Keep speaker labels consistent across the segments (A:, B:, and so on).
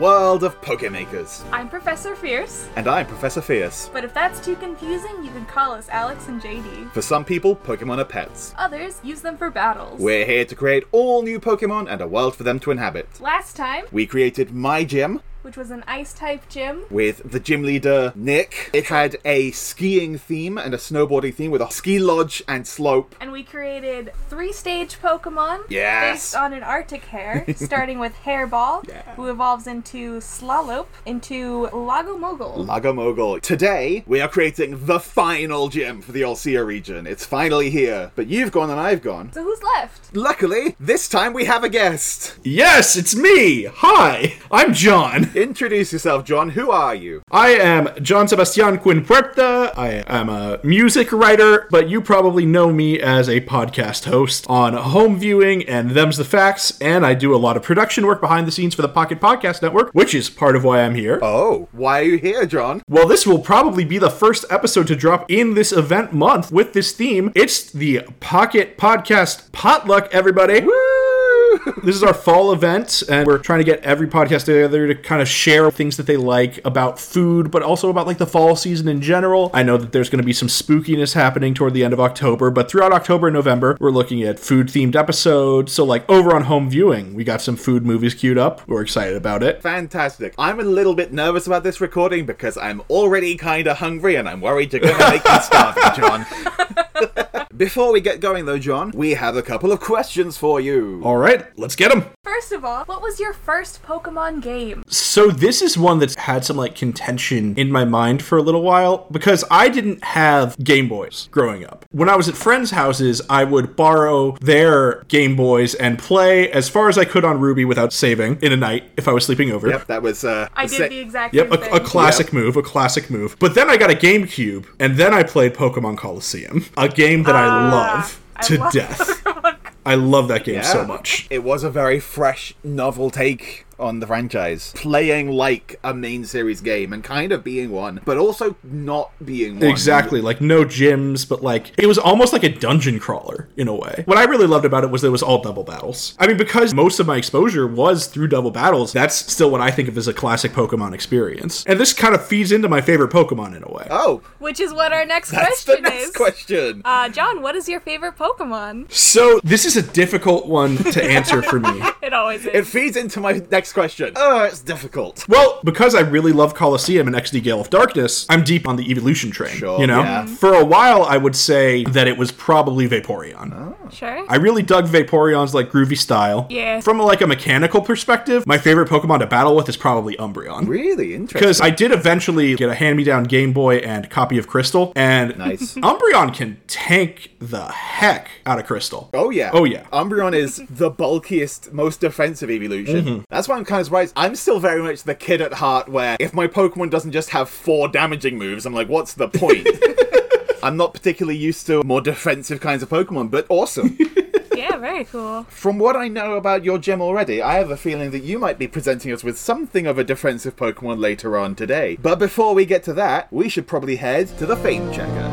A: world of Pokemakers.
B: I'm Professor Fierce,
A: And I'm Professor Fierce.
B: but if that's too confusing, you can call us Alex and JD.
A: For some people, Pokemon are pets.
B: Others use them for battles.
A: We're here to create all new Pokemon and a world for them to inhabit.
B: Last time,
A: We created my gym
B: which was an ice type gym,
A: with the gym leader Nick. It had a skiing theme and a snowboarding theme with a ski lodge and slope.
B: and we created three stage Pokemon
A: Yes.
B: based on an Arctic hare, starting with Hairball,
A: Yeah.
B: who evolves into Slalop, into Lagomogul.
A: Lagomogul. Today, we are creating the final gym for the Olsea region. It's finally here. But you've gone and I've gone.
B: so who's left?
A: Luckily, this time we have a guest.
C: Yes, it's me. Hi, I'm John.
A: Introduce yourself, John. Who are you?
C: I am John Sebastian Quinpuerta. I am a music writer, but you probably know me as a podcast host on Home Viewing and Them's the Facts, and I do a lot of production work behind the scenes for the Pocket Podcast Network, which is part of why I'm here.
A: Oh, why are you here, John?
C: Well, this will probably be the first episode to drop in this event month with this theme. It's the Pocket Podcast Potluck, everybody.
A: Woo!
C: This is our fall event, and we're trying to get every podcast together to kind of share things that they like about food, but also about like the fall season in general. I know that there's going to be some spookiness happening toward the end of October, but throughout October and November, we're looking at food themed episodes. So, like over on home viewing, we got some food movies queued up. We're excited about it.
A: Fantastic. I'm a little bit nervous about this recording because I'm already kind of hungry and I'm worried you're going to make me starve, John. Before we get going, though, John, we have a couple of questions for you.
C: All right, let's get them.
B: First of all, what was your first Pokemon game?
C: So this is one that's had some like contention in my mind for a little while because I didn't have Game Boys growing up. When I was at friends' houses, I would borrow their Game Boys and play as far as I could on Ruby without saving in a night if I was sleeping over.
A: Yep, that was. Uh,
B: I did
A: sec-
B: the exact
C: Yep,
B: same
C: a,
B: thing.
C: a classic move, a classic move. But then I got a GameCube, and then I played Pokemon Coliseum, a game that I love
B: Ah, I
C: to
B: love
C: death.
B: Pokemon
C: I love that game so
A: Yeah.
C: much.
A: It was a very fresh, novel take on the franchise, playing like a main series game and kind of being one, but also not being one.
C: Exactly, like no gyms, but like it was almost like a dungeon crawler in a way. What I really loved about it was that it was all double battles. I mean, because most of my exposure was through double battles, that's still what I think of as a classic Pokemon experience. And this kind of feeds into my favorite Pokemon in a way.
A: Oh,
B: Which is what our next
A: that's
B: question
A: the next
B: is.
A: question.
B: Uh, John, what is your favorite Pokemon?
C: So this is a difficult one to answer for me.
B: It always is.
A: It feeds into my next question. Oh, it's difficult.
C: Well, because I really love Colosseum and XD Gale of Darkness, I'm deep on the evolution train.
A: Sure,
C: you know,
A: yeah.
C: for a while, I would say that it was probably
A: Ah.
C: Vaporeon.
B: sure.
C: I really dug Vaporeon's like groovy style.
B: Yeah.
C: From like a mechanical perspective, my favorite Pokemon to battle with is probably Umbreon.
A: Really interesting.
C: Because I did eventually get a hand-me-down Game Boy and copy of Crystal, and
A: Nice.
C: Umbreon can tank the heck out of Crystal.
A: Oh yeah.
C: Oh yeah.
A: Umbreon is the bulkiest, most defensive evolution. That's why I'm kind of surprised. I'm still very much the kid at heart where if my Pokemon doesn't just have four damaging moves, I'm like, what's the point? I'm not particularly used to more defensive kinds of Pokemon, but awesome.
B: yeah, very cool.
A: From what I know about your gym already, I have a feeling that you might be presenting us with something of a defensive Pokemon later on today. But before we get to that, we should probably head to the Fame Checker.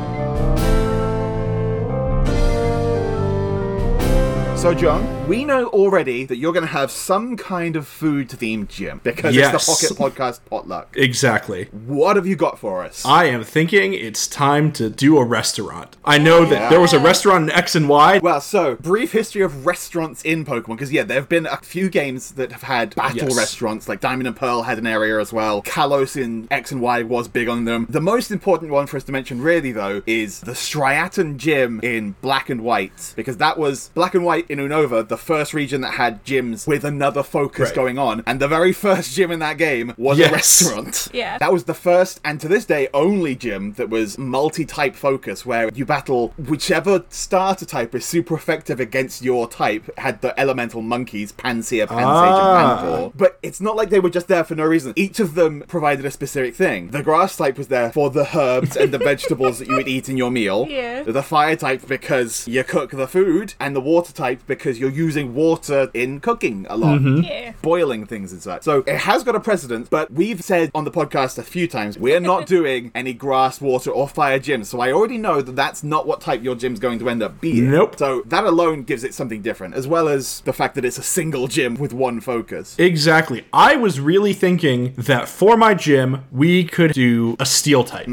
A: So, John, we know already that you're going to have some kind of food themed gym because it's
C: Yes.
A: the Pocket Podcast Potluck.
C: Exactly.
A: What have you got for us?
C: I am thinking it's time to do a restaurant. I know
A: Oh, Yeah.
C: that there was a restaurant in X and Y.
A: Well, so brief history of restaurants in Pokemon, because yeah, there have been a few games that have had battle
C: Yes.
A: restaurants, like Diamond and Pearl had an area as well. Kalos in X and Y was big on them. The most important one for us to mention, really though, is the Striaton Gym in Black and White, because that was Black and White in Unova, the first region that had gyms with another focus
C: Right.
A: going on, and the very first gym in that game was a
C: Yes.
A: restaurant.
B: Yeah.
A: that was the first and to this day only gym that was multi-type focus where you battle whichever starter type is super effective against your type had the elemental monkeys Panseer, Pansage,
C: Ah.
A: and Panpour. But it's not like they were just there for no reason. Each of them provided a specific thing. The grass type was there for the herbs and the vegetables that you would eat in your meal.
B: Yeah.
A: The fire type because you cook the food, and the water type effect because you're using water in cooking a lot.
B: Yeah.
A: Boiling things and such. So it has got a precedent, but we've said on the podcast a few times we're not doing any grass, water, or fire gym. So I already know that that's not what type your gym's going to end up being.
C: Nope.
A: So that alone gives it something different, as well as the fact that it's a single gym with one focus.
C: Exactly. I was really thinking that for my gym, we could do a steel type.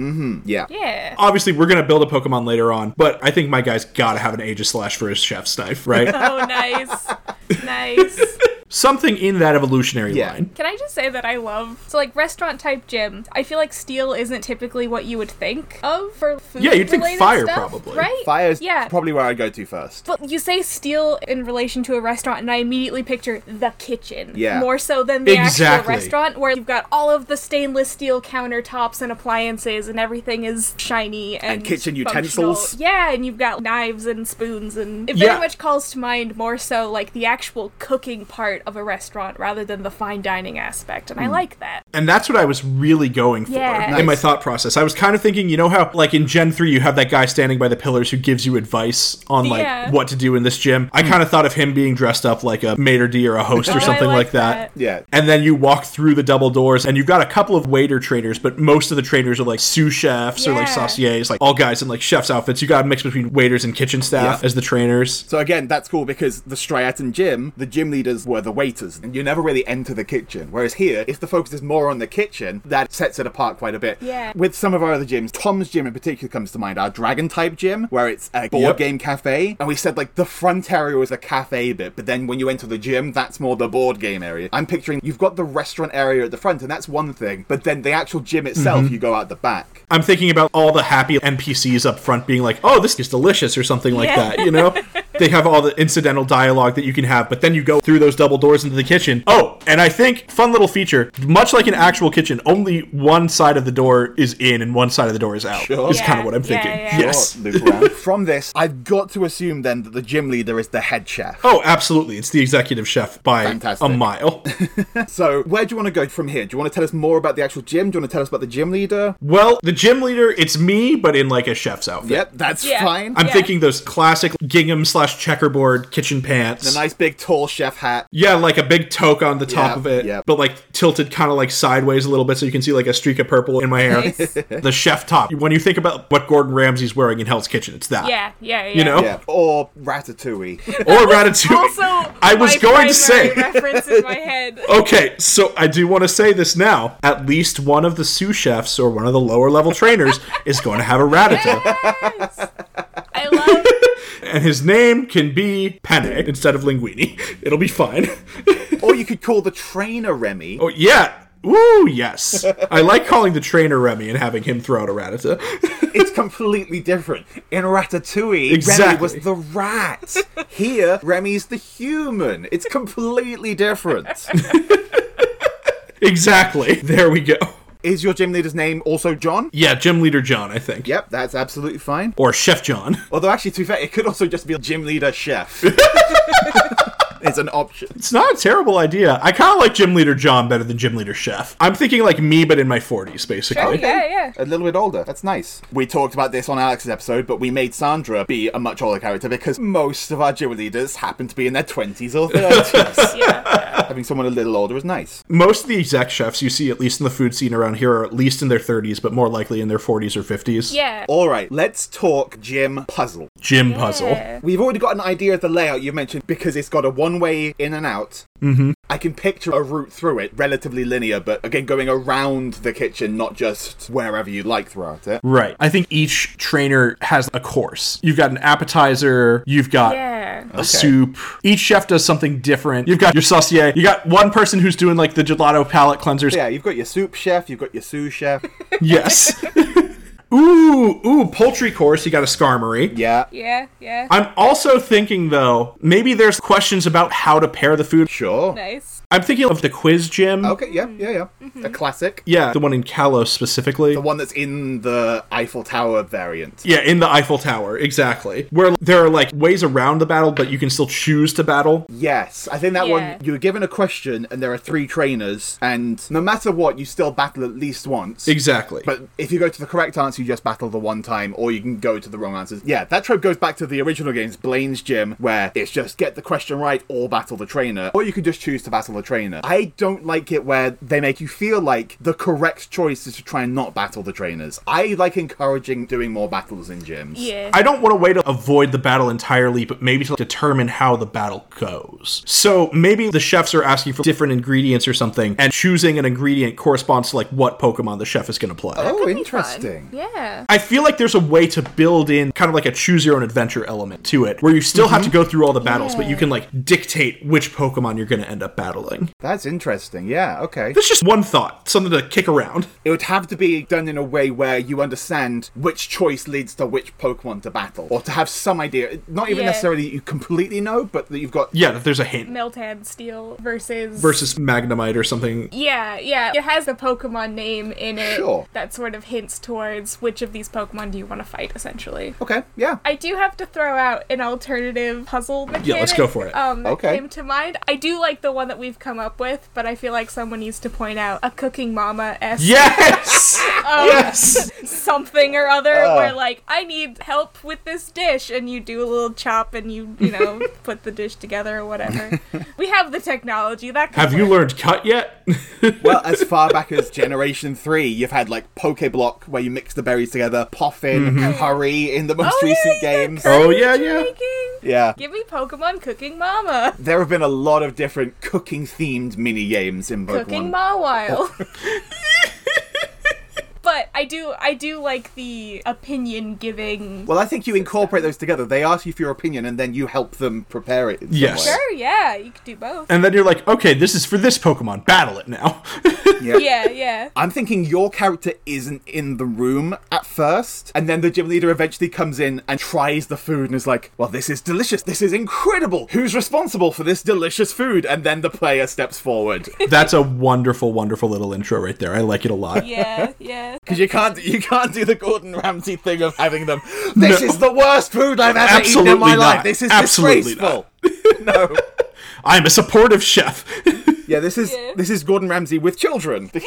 A: yeah.
B: Yeah.
C: Obviously, we're going to build a Pokemon later on, but I think my guy's got to have an Aegis Slash for his chef's knife, right?
B: Oh, nice. nice.
C: Something in that evolutionary
A: Yeah.
C: line.
B: Can I just say that I love so like restaurant type gym? I feel like steel isn't typically what you would think of for food.
C: Yeah, you'd think
B: related
C: fire,
B: stuff,
C: probably.
B: right?
A: Fire's
B: yeah.
A: probably where I go to first.
B: But you say steel in relation to a restaurant, and I immediately picture the kitchen.
A: Yeah.
B: More so than the actual
C: Exactly.
B: restaurant, where you've got all of the stainless steel countertops and appliances, and everything is shiny and,
A: kitchen
B: functional.
A: utensils.
B: Yeah, and you've got knives and spoons, and it
C: Yeah.
B: very much calls to mind more so like the actual cooking part of a restaurant rather than the fine dining aspect, and
C: Hmm.
B: I like that.
C: And that's what I was really going for
B: Yeah.
C: in my
A: Nice.
C: thought process. I was kind of thinking, you know how like in Gen 3 you have that guy standing by the pillars who gives you advice on like
B: Yeah.
C: what to do in this gym.
A: Hmm.
C: I kind of thought of him being dressed up like a maitre d' or a host
B: Oh, I
C: or something
B: like
C: like, that.
B: that.
A: Yeah.
C: And then you walk through the double doors and you've got a couple of waiter trainers, but most of the trainers are like sous chefs or like
B: Yeah.
C: sauciers, like all guys in like chef's outfits. You got a mix between waiters and kitchen staff
A: Yeah.
C: as the trainers.
A: So again, that's cool because the Striaton gym, the gym leaders were the waiters, and you never really enter the kitchen. Whereas here, if the focus is more on the kitchen, that sets it apart quite a bit.
B: Yeah.
A: With some of our other gyms, Tom's gym in particular comes to mind, our dragon type gym, where it's a board
C: Yep.
A: game cafe, and we said like the front area was a cafe bit, but then when you enter the gym, that's more the board game area. I'm picturing you've got the restaurant area at the front, and that's one thing, but then the actual gym itself,
C: Mm-hmm.
A: you go out the back.
C: I'm thinking about all the happy NPCs up front being like, oh, this is delicious or something like
B: Yeah.
C: that, you know? they have all the incidental dialogue that you can have, but then you go through those double doors into the kitchen. Oh, and I think, fun little feature, much like an actual kitchen, only one side of the door is in and one side of the door is out.
A: Sure.
C: Is
B: Yeah,
C: kind of what I'm
B: yeah,
C: thinking.
B: yeah.
C: Yes.
A: Sure, Luke Brown. From this, I've got to assume then that the gym leader is the head chef.
C: Oh, absolutely. It's the executive chef by
A: Fantastic.
C: a mile.
A: So, where do you want to go from here? Do you want to tell us more about the actual gym? Do you want to tell us about the gym leader?
C: well, the gym leader, it's me, but in like a chef's outfit.
A: Yep, that's
B: Yeah.
A: fine.
C: I'm
B: Yeah.
C: thinking those classic gingham slash checkerboard kitchen pants.
A: A nice big tall chef hat.
C: Yeah, like a big toque on the top
A: Yeah,
C: of it,
A: yeah.
C: but like tilted kind of like sideways a little bit so you can see like a streak of purple in my hair.
B: Nice.
C: the chef top. When you think about what Gordon Ramsay's wearing in Hell's Kitchen, it's that.
B: Yeah, yeah, yeah.
C: You know?
A: Yeah, or ratatouille.
C: Or Ratatouille.
B: Also,
C: I was
B: my
C: going to say.
B: primary reference in my head.
C: Okay, so I do want to say this now. At least one of the sous chefs or one of the lower level trainers is going to have a ratatouille,
B: Yes. I love
C: and his name can be Penne instead of Linguini. It'll be fine.
A: or you could call the trainer Remy.
C: Oh yeah. Ooh, yes. I like calling the trainer Remy and having him throw out a ratata.
A: It's completely different. In Ratatouille,
C: Exactly.
A: Remy was the rat. Here, Remy's the human. It's completely different.
C: Exactly. There we go.
A: Is your gym leader's name also John?
C: Yeah, gym leader John, I think.
A: Yep, that's absolutely fine.
C: Or Chef John.
A: Although, actually, to be fair, it could also just be gym leader chef. it's an option.
C: It's not a terrible idea. I kind of like gym leader John better than gym leader Chef. I'm thinking like me, but in my 40s,
B: Sure,
C: basically.
B: yeah, yeah.
A: a little bit older. That's nice. We talked about this on Alex's episode, but we made Sandra be a much older character because most of our gym leaders happen to be in their 20s or 30s.
B: Yeah.
A: Having someone a little older is nice.
C: Most of the exec chefs you see, at least in the food scene around here, are at least in their 30s, but more likely in their 40s or 50s.
B: Yeah.
A: All right, let's talk gym puzzle.
C: Gym puzzle.
B: Yeah.
A: We've already got an idea of the layout you mentioned because it's got a one way in and out. Mm-hmm. I can picture a route through it, relatively linear, but again, going around the kitchen, not just wherever you like throughout it.
C: Right. I think each trainer has a course. You've got an appetizer, you've got
B: Yeah.
C: a soup. Each chef does something different. You've got your saucier, you got one person who's doing like the gelato palate cleansers.
A: Yeah, you've got your soup chef, you've got your sous chef.
C: Yes. ooh, ooh, poultry course. You got a skarmory.
A: Yeah.
B: Yeah, yeah.
C: I'm also thinking though, maybe there's questions about how to pair the food.
A: Sure.
B: Nice.
C: I'm thinking of the quiz gym.
A: Okay, yeah, yeah, yeah. A classic.
C: Yeah, the one in Kalos specifically.
A: The one that's in the Eiffel Tower variant.
C: yeah, in the Eiffel Tower, exactly. Where there are like ways around the battle, but you can still choose to battle.
A: Yes, I think that
B: Yeah.
A: one, you were given a question and there are three trainers, and no matter what, you still battle at least once.
C: Exactly.
A: But if you go to the correct answer, you just battle the one time, or you can go to the wrong answers. Yeah, that trope goes back to the original games, Blaine's Gym, where it's just get the question right or battle the trainer, or you can just choose to battle the trainer. I don't like it where they make you feel like the correct choice is to try and not battle the trainers. I like encouraging doing more battles in gyms.
B: Yeah.
C: I don't want a way to avoid the battle entirely, but maybe to determine how the battle goes. So maybe the chefs are asking for different ingredients or something, and choosing an ingredient corresponds to like what Pokemon the chef is going to play.
A: Oh,
B: Be fun.
A: interesting.
B: Yeah.
C: I feel like there's a way to build in kind of like a choose your own adventure element to it, where you still have to go through all the battles, but you can like dictate which Pokemon you're going to end up battling.
A: That's interesting. Yeah, okay.
C: That's just one thought, something to kick around.
A: It would have to be done in a way where you understand which choice leads to which Pokemon to battle, or to have some idea. Not even
B: Yeah.
A: necessarily that you completely know, but that you've got.
C: Yeah, that there's a hint
B: Meltan Steel versus
C: versus Magnemite or something.
B: Yeah, yeah. It has the Pokemon name in it
A: Sure.
B: that sort of hints towards which of these Pokemon do you want to fight, essentially.
A: Okay, yeah.
B: I do have to throw out an alternative puzzle mechanic.
C: let's go for it.
B: Um, that
A: Okay.
B: came to mind. I do like the one that we've come up with, but I feel like someone needs to point out a cooking mama s
C: Yes! yes!
B: something or other, where like I need help with this dish, and you do a little chop and you you know put the dish together or whatever. we have the technology. That could
C: Have you
B: work.
C: learned cut yet?
A: Well, as far back as Generation 3, you've had like Pokeblock, where you mix the berries together, Poffin,
C: Mm-hmm.
A: Hurry in the most
B: Oh, yeah,
A: recent
B: yeah,
A: games.
C: Oh, yeah, yeah.
B: Making?
A: Yeah.
B: Give me Pokemon Cooking Mama.
A: There have been a lot of different cooking themed mini games in Pokemon.
B: Cooking Mawile. but I do I do like the opinion giving
A: well, I think you incorporate those together. They ask you for your opinion, and then you help them prepare it. In some
C: Yes.
A: way.
B: Sure, yeah, you could do both.
C: and then you're like, okay, this is for this Pokemon. Battle it now.
B: yeah, yeah.
A: I'm thinking your character isn't in the room at first, and then the gym leader eventually comes in and tries the food and is like, Well, this is delicious. This is incredible. Who's responsible for this delicious food? And then the player steps forward.
C: That's a wonderful, wonderful little intro right there. I like it a lot.
B: Yeah, yeah.
A: Because you can't you can't do the Gordon Ramsay thing of having them, This is the worst food I've ever eaten in
C: Absolutely
A: my life.
C: not.
A: This is
C: Absolutely
A: disgraceful. no.
C: I'm a supportive chef.
A: Yeah, this is
B: Yeah.
A: this is Gordon Ramsay with children.
B: Yeah.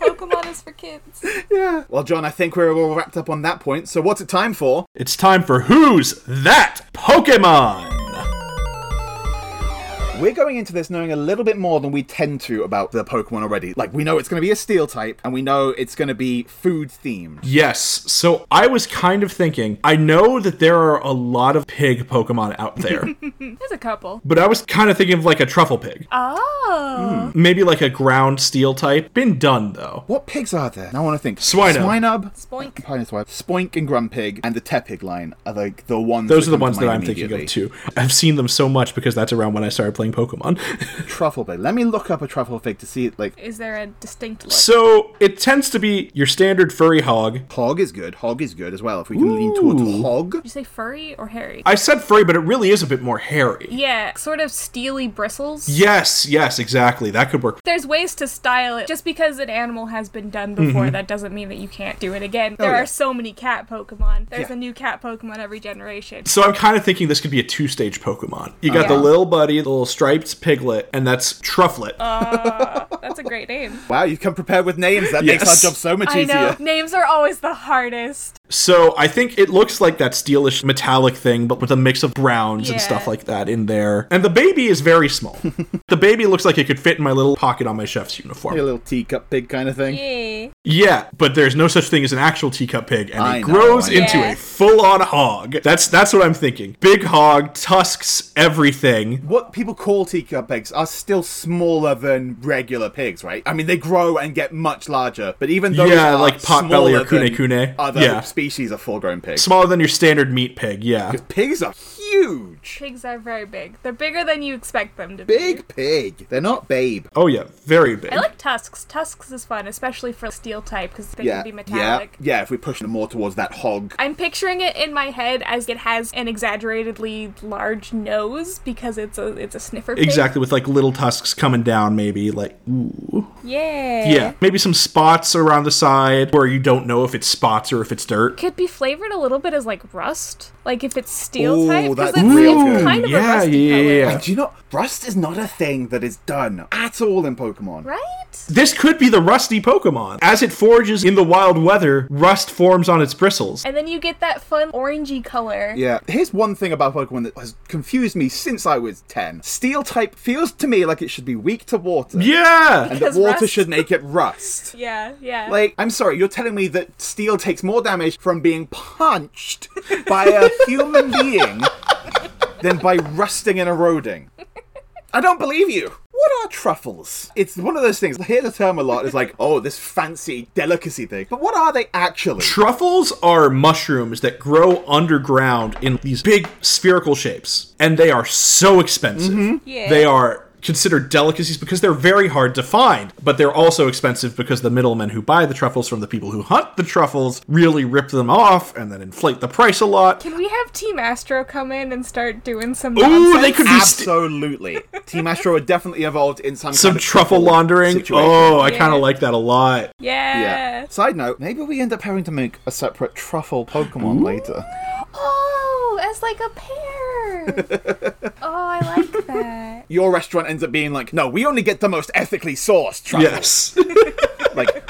B: Pokemon is for kids.
A: yeah. Well, John, I think we're all wrapped up on that point. So what's it time for?
C: it's time for Who's That Pokemon?
A: We're going into this knowing a little bit more than we tend to about the Pokemon already. Like, we know it's going to be a steel type, and we know it's going to be food themed.
C: Yes. So I was kind of thinking, I know that there are a lot of pig Pokemon out there,
B: There's a couple.
C: but I was kind of thinking of like a truffle pig.
A: Hmm.
B: Oh.
C: Maybe like a ground steel type. Been done though.
A: What pigs are there? Now I want to think.
C: Swinub.
A: Swinub.
B: Spoink.
A: Pineswipe. Spoink and Grumpig and the Tepig line are like the ones.
C: Those are the
A: come to
C: ones that
A: mind
C: I'm thinking of
A: immediately.
C: too. I've seen them so much because that's around when I started playing Pokemon.
A: Truffle pig. Let me look up a truffle pig to see like
B: Is there a distinct look?
C: So it tends to be your standard furry hog.
A: hog is good. Hog is good as well. If we can lean towards
C: Ooh.
A: hog.
B: Did you say furry or hairy?
C: I said furry, but it really is a bit more hairy.
B: yeah, sort of steely bristles.
C: Yes, yes, exactly. That could work.
B: there's ways to style it. Just because an animal has been done before, that doesn't mean that you can't do it again. There
A: Mm-hmm. Oh, yeah.
B: are so many cat Pokemon. There's
A: Yeah.
B: a new cat Pokemon every generation.
C: So I'm kind of thinking this could be a two-stage Pokemon. You got the
B: Yeah.
C: little buddy, the little striped piglet, and that's Trufflet.
B: Uh. That's a great name.
A: Wow, you come prepared with names. That makes
C: Yes.
A: our job so much
B: I know.
A: easier.
B: Names are always the hardest.
C: so I think it looks like that steelish metallic thing, but with a mix of browns and
B: Yeah.
C: stuff like that in there. And the baby is very small. the baby looks like it could fit in my little pocket on my chef's uniform.
A: A little teacup pig kind of thing.
B: Yeah.
C: Yeah, but there's no such thing as an actual teacup pig, and
A: I
C: it
A: know,
C: grows
A: I know.
C: into
B: Yeah.
C: a full-on hog. That's that's what I'm thinking. Big hog, tusks, everything.
A: what people call teacup pigs are still smaller than regular pigs, right? I mean, they grow and get much larger, but even those
C: Yeah,
A: are
C: like potbelly or
A: smaller than
C: kune-kune.
A: other
C: Yeah.
A: species of full-grown pigs.
C: Smaller than your standard meat pig, yeah.
A: pigs are huge.
B: Pigs are very big. They're bigger than you expect them to be.
A: Big pig. They're not babe.
C: Oh yeah, very big.
B: I like tusks. Tusks is fun, especially for steel type because they
A: Yeah,
B: can be
A: yeah,
B: metallic.
A: yeah. If we push them more towards that hog,
B: I'm picturing it in my head as it has an exaggeratedly large nose because it's a it's a sniffer pig.
C: Exactly, with like little tusks coming down, maybe like ooh,
B: Yeah.
C: yeah, maybe some spots around the side where you don't know if it's spots or if it's dirt.
B: could be flavored a little bit as like rust, like if it's steel
A: Ooh,
B: type.
A: that's
B: it's,
A: real
B: it's
A: good.
B: kind of a
C: Yeah,
B: rusty
C: yeah,
B: color.
C: yeah, yeah.
A: And do you know, rust is not a thing that is done at all in Pokemon.
B: Right?
C: This could be the rusty Pokemon. As it forages in the wild weather, rust forms on its bristles.
B: And then you get that fun orangey color.
A: Yeah. Here's one thing about Pokemon that has confused me since I was 10. Steel type feels to me like it should be weak to water.
C: Yeah!
A: And that
B: Because
A: water
B: rust.
A: should make it rust.
B: Yeah, yeah.
A: Like, I'm sorry, you're telling me that steel takes more damage from being punched by a human being than by rusting and eroding. I don't believe you. What are truffles? It's one of those things. I hear the term a lot. It's like, oh, this fancy delicacy thing. But what are they actually?
C: Truffles are mushrooms that grow underground in these big spherical shapes, and they are so expensive.
B: Yeah.
C: They are considered delicacies because they're very hard to find, but they're also expensive because the middlemen who buy the truffles from the people who hunt the truffles really rip them off and then inflate the price a lot.
B: Can we have Team Astro come in and start doing some
C: Ooh,
B: nonsense?
C: they could be st-
A: Absolutely. Team Astro are definitely involved in some
C: some
A: kind of
C: truffle laundering.
A: situation.
C: Oh, I kind
B: Yeah.
C: of like that a lot.
B: Yeah.
A: Yeah. Side note, maybe we end up having to make a separate truffle Pokemon later.
B: Oh, as like a pair. oh, I like that.
A: Your restaurant ends up being like, no, we only get the most ethically sourced truffles.
C: Yes.
A: Like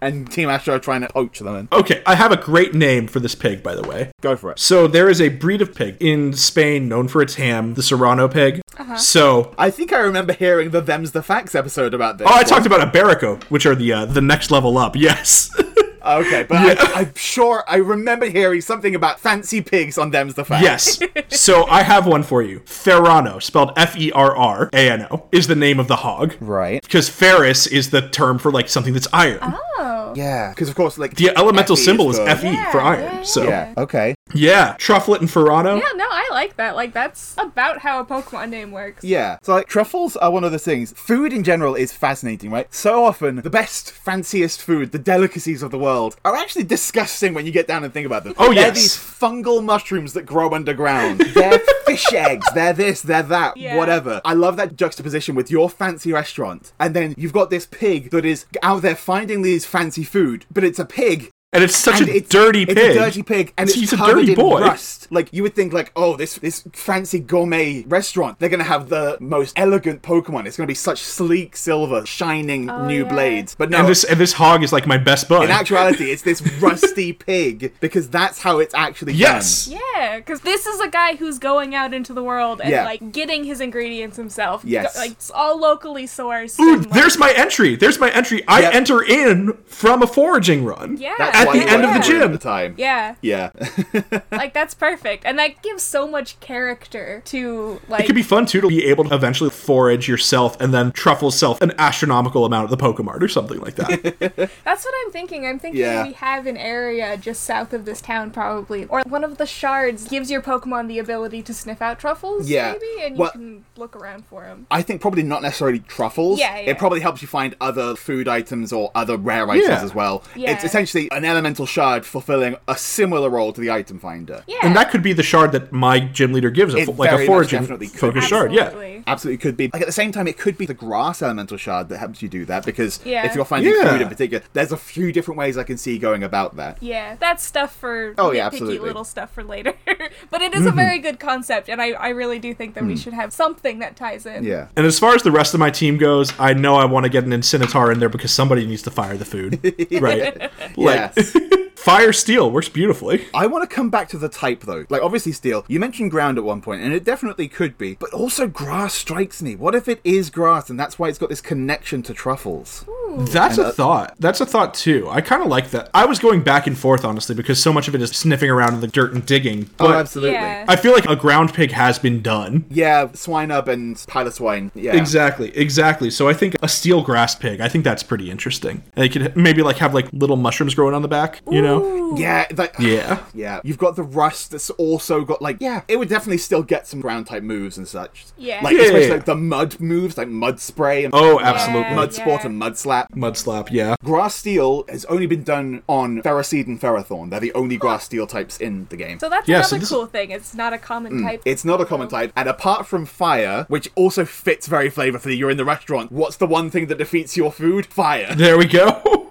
A: And Team Astro are trying to poach them in.
C: okay, I have a great name for this pig, by the way.
A: Go for it.
C: So there is a breed of pig in Spain known for its ham, the Serrano pig.
B: Uh-huh.
C: So
A: I think I remember hearing the Them's the Facts episode about this.
C: oh, I talked about Iberico, which are the uh, the next level up. Yes.
A: Okay, but I, I'm sure I remember hearing something about fancy pigs on Them's the Facts.
C: yes. So I have one for you. Ferrano, spelled F E R R A N O, is the name of the hog.
A: Right.
C: Because ferrous is the term for like something that's iron.
B: Oh.
A: Yeah. Because of course, like
C: The elemental
A: Fe E is
C: symbol is
A: the-
C: Fe for
B: Yeah,
C: iron.
B: yeah,
C: So yeah.
A: Yeah. Okay.
C: Trufflet and Ferrano.
B: Yeah, no, I like that. Like that's about how a Pokemon name works.
A: Yeah. So like truffles are one of the things. Food in general is fascinating, right? So often the best, fanciest food, the delicacies of the world, are actually disgusting when you get down and think about them.
C: Oh,
A: they're
C: yes.
A: these fungal mushrooms that grow underground. they're fish eggs. They're this. They're that.
B: Yeah.
A: Whatever. I love that juxtaposition with your fancy restaurant, and then you've got this pig that is out there finding these fancy food, but it's a pig
C: And it's such
A: and
C: a
A: it's-
C: dirty
A: it's
C: pig.
A: a dirty pig, and it's
C: He's a
A: covered
C: dirty
A: in
C: boy.
A: Rust. Like you would think, like, oh, this this fancy gourmet restaurant, they're gonna have the most elegant Pokemon. It's gonna be such sleek silver, shining new
B: Oh, yeah.
A: blades. But no,
C: And this and this hog is like my best bud.
A: in actuality, it's this rusty pig because that's how it's actually
C: yes.
A: done.
B: Yeah, because this is a guy who's going out into the world and
A: Yeah.
B: like getting his ingredients himself.
A: Yes.
B: Go- like it's all locally sourced.
C: Ooh,
B: and, like-
C: there's my entry. There's my entry. I
A: Yep.
C: enter in from a foraging run.
B: Yeah.
A: That's
C: At
A: why
C: the
A: you
C: end of
A: went
C: the
A: for it
C: gym.
A: at the time.
B: yeah,
A: Yeah.
B: like that's perfect, and that gives so much character to like.
C: It could be fun too to be able to eventually forage yourself and then truffle self an astronomical amount at the Pokemart or something like that.
B: That's what I'm thinking. I'm thinking
A: Yeah.
B: we have an area just south of this town, probably, or one of the shards gives your Pokemon the ability to sniff out truffles.
A: Yeah.
B: maybe, and you
A: Well-
B: can look around for them.
A: I think probably not necessarily truffles.
B: Yeah, yeah.
A: It probably helps you find other food items or other rare items
C: Yeah.
A: as well.
B: Yeah.
A: It's essentially an elemental shard fulfilling a similar role to the item finder.
B: Yeah,
C: and that could be the shard that my gym leader gives, a,
A: It
C: fo- like
A: very
C: a
A: much
C: foraging
A: definitely could
C: focused
A: be.
C: shard. Yeah.
B: Absolutely.
A: Absolutely could be. Like at the same time, it could be the grass elemental shard that helps you do that because
B: Yeah.
A: if you're finding
C: Yeah.
A: food in particular, there's a few different ways I can see going about that.
B: Yeah, that's stuff for
A: Oh, yeah,
B: nitpicky
A: absolutely. Mm-hmm.
B: little stuff for later. but it is a very good concept, and I, I really do think that we should have something that ties in.
A: Mm. Yeah.
C: And as far as the rest of my team goes, I know I want to get an Incinitar in there because somebody needs to fire the food. right. Like,
A: Yes.
C: Fire Steel works beautifully.
A: I want to come back to the type though. Like obviously steel. You mentioned ground at one point, and it definitely could be. But also grass strikes me. What if it is grass, and that's why it's got this connection to truffles?
C: That's
A: uh,
C: a thought. That's a thought too. I kind of like that. I was going back and forth honestly because so much of it is sniffing around in the dirt and digging.
A: Oh,
C: But
A: absolutely.
B: Yeah.
C: I feel like a ground pig has been done.
A: Yeah, swine up and piloswine. Yeah.
C: Exactly, exactly. So I think a steel grass pig. I think that's pretty interesting. And they could maybe like have like little mushrooms growing on the back. You know?
B: Ooh.
A: Yeah, like
C: Yeah.
A: yeah. You've got the rust that's also got like yeah. It would definitely still get some ground type moves and such.
B: Yeah.
A: like
C: Yeah,
A: especially
C: yeah,
A: like the mud moves, like mud spray and
C: Oh, absolutely.
A: mud
B: Yeah.
A: sport and mud slap.
C: Mud slap. Yeah.
A: Grass steel has only been done on Ferroseed and Ferrothorn. They're the only grass steel types in the game.
B: So that's
C: Yeah, so
B: another
C: this-
B: cool thing. It's not a common type.
A: Mm. It's not a common type, and apart from fire, which also fits very flavorfully, you're in the restaurant. What's the one thing that defeats your food? Fire.
C: There we go.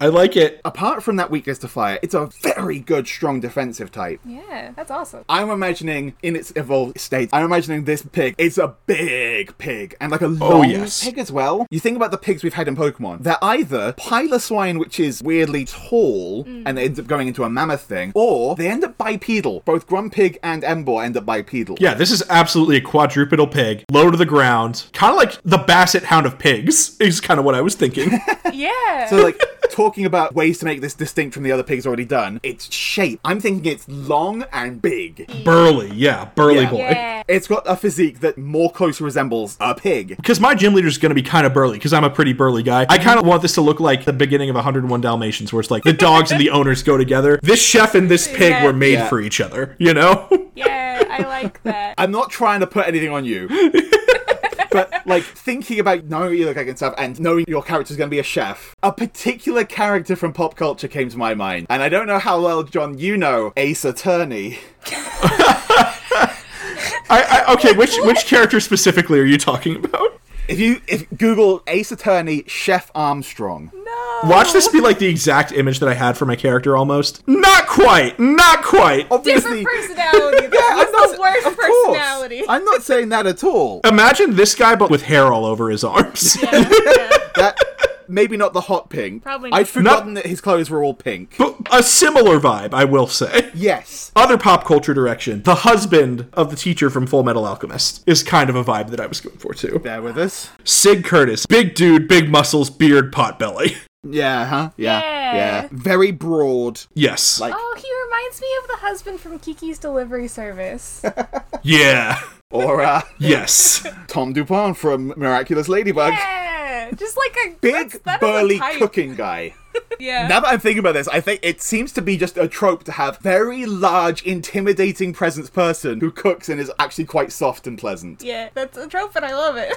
C: I like it.
A: Apart from that weakness to fire, it's a very good, strong defensive type.
B: Yeah, that's awesome.
A: I'm imagining in its evolved state, I'm imagining this pig. It's a big pig and like a long
C: Oh, yes.
A: pig as well. You think about the pigs we've had in Pokemon. They're either Piloswine, which is weirdly tall and they end up going into a mammoth thing, or they end up bipedal. Both Grumpig and Embor end up bipedal.
C: Yeah, this is absolutely a quadrupedal pig, low to the ground, kind of like the Basset Hound of pigs. Is kind of what I was thinking.
B: Yeah.
A: So like talking about ways to make this distinct from the other pigs already done, its shape. I'm thinking it's long and big.
C: burly, yeah, burly
A: Yeah.
C: boy.
B: yeah.
A: It's got a physique that more closely resembles a pig.
C: Because my gym leader is going to be kind of burly, because I'm a pretty burly guy. I kind of want this to look like the beginning of 101 Dalmatians, where it's like the dogs and the owners go together. This chef and this pig
B: Yeah.
C: were made
A: Yeah.
C: for each other, you know?
B: Yeah, I like that.
A: I'm not trying to put anything on you. But like thinking about knowing what you look like and stuff, and knowing your character's going to be a chef, a particular character from pop culture came to my mind, and I don't know how well, John, you know Ace Attorney.
C: I, I, okay, which which character specifically are you talking about?
A: If you if Google Ace Attorney Chef Armstrong,
B: No.
C: Watch this be like the exact image that I had for my character almost. Not quite, not quite.
A: obviously,
B: Different personality.
A: Yeah,
B: That
A: I'm
B: was
A: not-
B: the worst
A: of course.
B: personality.
A: I'm not saying that at all.
C: Imagine this guy, but with hair all over his arms.
B: Yeah, yeah.
A: That maybe not the hot pink.
B: Probably
A: I'd
B: not.
A: forgotten that his clothes were all pink.
C: but a similar vibe, I will say.
A: Yes,
C: Other pop culture direction. The husband of the teacher from Full Metal Alchemist is kind of a vibe that I was going for too.
A: bear with us.
C: Sig Curtis, big dude, big muscles, beard, pot belly.
A: Yeah, huh? Yeah,
B: Yeah.
A: yeah. Very broad.
C: Yes.
A: Like-
B: Oh, he reminds me of the husband from Kiki's Delivery Service.
C: yeah.
A: Or uh,
C: Yes.
A: Tom Dupont from Miraculous Ladybug.
B: yeah, just like a
A: Big,
B: that's- that is a
A: burly
B: type.
A: cooking guy.
B: Yeah.
A: Now that I'm thinking about this, I think it seems to be just a trope to have very large, intimidating presence person who cooks and is actually quite soft and pleasant.
B: yeah, that's a trope, and I love it.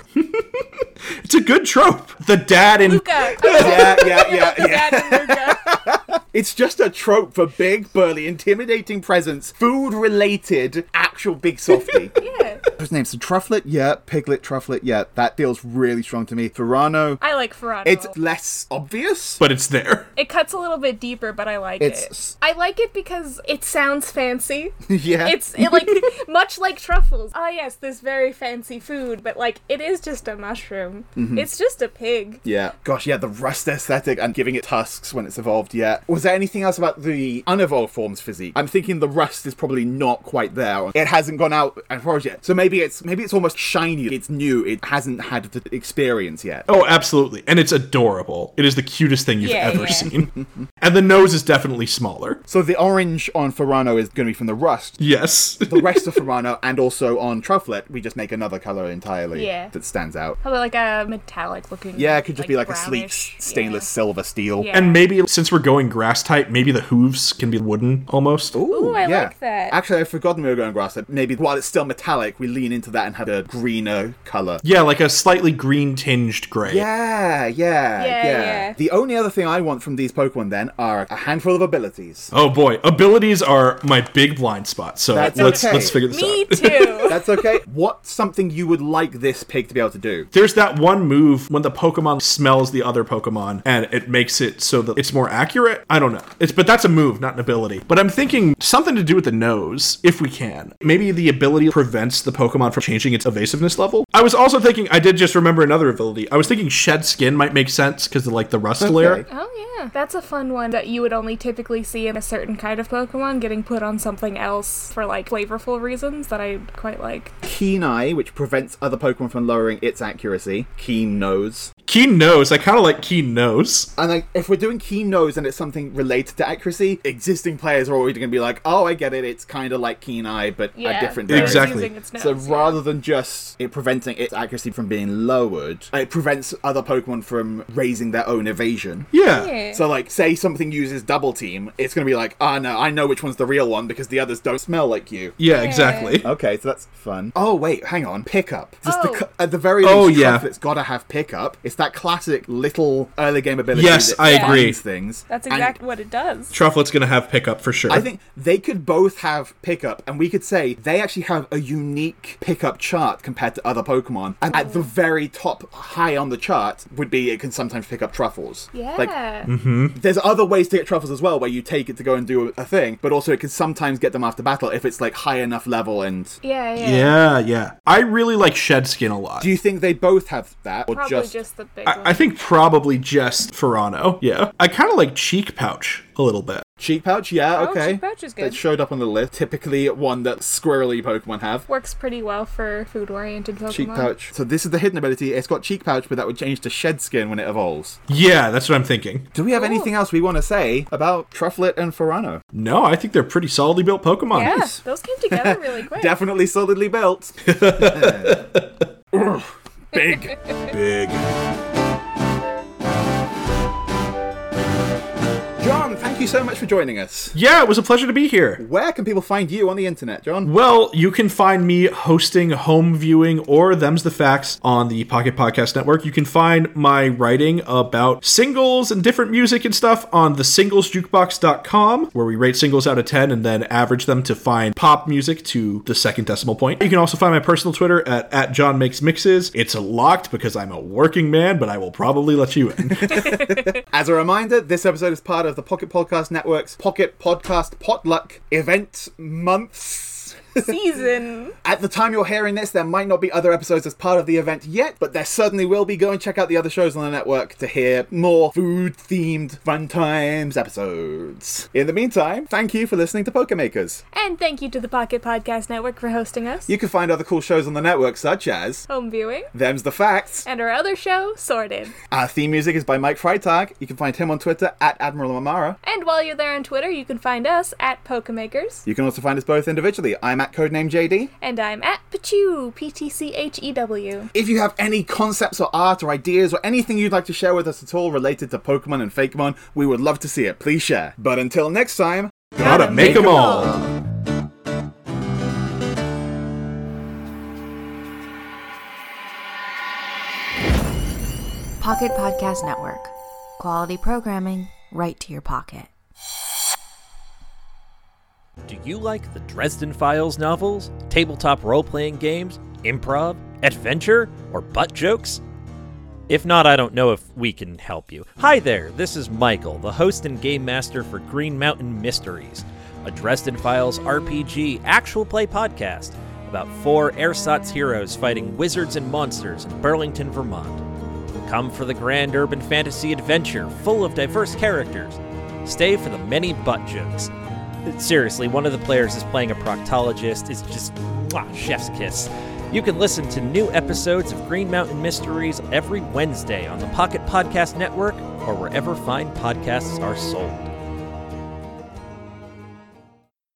C: it's a good trope. The dad in
B: Luca, I'm
A: Yeah, yeah, yeah,
B: the
A: yeah.
B: dad in Luca.
A: It's just a trope for big, burly, intimidating presence, food related, actual big softy.
B: Yeah,
A: His name's Trufflet? Yeah. Piglet Trufflet? Yeah. That feels really strong to me. Ferrano?
B: I like Ferrano.
A: It's less obvious.
C: but it's there.
B: it cuts a little bit deeper, but I like
A: It's-
B: it. I like it because it sounds fancy.
A: yeah.
B: It's it, like much like truffles. Ah, yes, this very fancy food, but like it is just a mushroom.
A: Mm-hmm.
B: It's just a pig.
A: Yeah. Gosh, yeah, the rust aesthetic and giving it tusks when it's evolved, yeah. Was there anything else about the unevolved form's physique? I'm thinking the rust is probably not quite there. It hasn't gone out and foraged yet. So maybe it's maybe it's almost shiny. It's new. It hasn't had the experience yet.
C: Oh, absolutely. And it's adorable. It is the cutest thing you've
B: Yeah,
C: ever
B: yeah.
C: seen. and the nose is definitely smaller.
A: So the orange on Ferrano is gonna be from the rust.
C: Yes.
A: The rest of Ferrano and also on Trufflet, we just make another colour entirely
B: Yeah.
A: that stands out.
B: Probably like a metallic looking.
A: Yeah, it could just be like a sleek
B: brownish.
A: s- stainless
B: Yeah.
A: silver steel.
B: Yeah.
C: and maybe since we're going grass type, maybe the hooves can be wooden almost.
A: Ooh,
B: I like that.
A: Actually, I've forgotten we were going grass. Maybe while it's still metallic, we lean into that and have a greener color.
C: Yeah, like a slightly green tinged gray.
A: Yeah, yeah,
B: Yeah,
A: yeah,
B: yeah.
A: The only other thing I want from these Pokemon then are a handful of abilities.
C: Oh boy, abilities are my big blind spot. So
A: That's
C: let's
A: okay.
C: let's figure this out.
B: Me too.
A: That's okay. What's something you would like this pig to be able to do?
C: There's that one move when the Pokemon smells the other Pokemon and it makes it so that it's more accurate. I don't know. It's but that's a move, not an ability. But I'm thinking something to do with the nose, if we can. Maybe the ability prevents the Pokemon from changing its evasiveness level. I was also thinking I did just remember another ability. I was thinking shed skin might make sense because of like the rust layer.
B: oh yeah, that's a fun one that you would only typically see in a certain kind of Pokemon getting put on something else for like flavorful reasons that I quite like.
A: Keen Eye, which prevents other Pokemon from lowering its accuracy. Keen Nose.
C: Keen nose. I kinda like keen nose.
A: And like, if we're doing Keen Nose and it's something related to accuracy, existing players are already going to be like, oh, I get it. It's kind of like Keen Eye, but
B: Yeah,
A: a different
B: they're
A: variant."
C: Exactly.
B: using its
A: So
B: nose, yeah.
A: rather than just it preventing its accuracy from being lowered, it prevents other Pokemon from raising their own evasion.
C: yeah.
B: Yeah.
A: So, like, say something uses double team, it's going to be like, ah, no, I know which one's the real one because the others don't smell like you.
C: Yeah, exactly.
A: Okay, so that's fun. Oh, Oh wait, hang on. Pickup. This is the
B: Oh.
A: cu- at the very least,
C: Oh,
A: oh,
C: yeah.
A: yeah. it's got to have pickup. It's that classic little early game ability.
C: Yes,
A: that
C: I
A: finds
C: agree.
A: Things.
B: That's
A: And
B: exactly what it does.
C: Trufflet's gonna have pickup for sure.
A: I think they could both have pickup, and we could say they actually have a unique pickup chart compared to other Pokemon. And at
B: Mm.
A: the very top, high on the chart, would be it can sometimes pick up truffles.
B: Yeah.
A: Like,
B: Mm-hmm.
A: there's other ways to get truffles as well, where you take it to go and do a a thing, but also it can sometimes get them after battle if it's like high enough level. And
B: yeah, yeah.
C: yeah, yeah. I really like shed skin a lot.
A: do you think they both have that, or
B: Probably just, the big one.
C: I, I think probably just Ferrano. Yeah. I kind of like cheek pouch a little bit.
A: cheek pouch? Yeah,
B: Oh,
A: okay.
B: cheek pouch is
A: It
B: good.
A: showed up on the list. Typically, one that squirrely Pokemon have.
B: Works pretty well for food oriented Pokemon.
A: Cheek pouch. So this is the hidden ability. It's got cheek pouch, but that would change to shed skin when it evolves.
C: Yeah, that's what I'm thinking.
A: Do we have
B: Cool.
A: anything else we want to say about Trufflet and Ferrano?
C: No, I think they're pretty solidly built Pokemon.
B: Yeah, those came together really quick.
A: Definitely solidly built. Ugh, Big.
C: Big.
A: John, thank you so much for joining us.
C: Yeah, it was a pleasure to be here.
A: Where can people find you on the internet, John?
C: Well, you can find me hosting home viewing or Them's the Facts on the Pocket Podcast Network. You can find my writing about singles and different music and stuff on thesinglesjukebox.com, where we rate singles out of 10 and then average them to find pop music to the second decimal point. You can also find my personal Twitter at, at John Makes Mixes. It's locked because I'm a working man, but I will probably let you in.
A: As a reminder, this episode is part of the Pocket Podcast Network's Pocket Podcast Potluck event months.
B: Season.
A: At the time you're hearing this, there might not be other episodes as part of the event yet, but there certainly will be. Go and check out the other shows on the network to hear more food themed fun times episodes. In the meantime, thank you for listening to Pokemakers.
B: And thank you to the Pocket Podcast Network for hosting us.
A: You can find other cool shows on the network, such as
B: Home viewing.
A: Them's the Facts.
B: And our other show, Sorted.
A: Our theme music is by Mike Freitag. You can find him on Twitter at Admiral Mamara.
B: And while you're there on Twitter, you can find us at Pokemakers.
A: You can also find us both individually. I'm at Codename JD.
B: And I'm at Pachew, P T C H E W.
A: If you have any concepts or art or ideas or anything you'd like to share with us at all related to Pokemon and Fakemon, we would love to see it. Please share. But until next time,
C: Gotta make 'em all.
D: Pocket Podcast Network. Quality programming right to your pocket.
E: Do you like the Dresden Files novels, tabletop role playing games, improv, adventure, or butt jokes? If not, I don't know if we can help you. Hi there, this is Michael, the host and game master for Green Mountain Mysteries, a Dresden Files RPG actual play podcast about four ersatz heroes fighting wizards and monsters in Burlington, Vermont. Come for the grand urban fantasy adventure full of diverse characters. Stay for the many butt jokes. Seriously, one of the players is playing a proctologist. It's just mwah, chef's kiss. You can listen to new episodes of Green Mountain Mysteries every Wednesday on the Pocket Podcast Network or wherever fine podcasts are sold.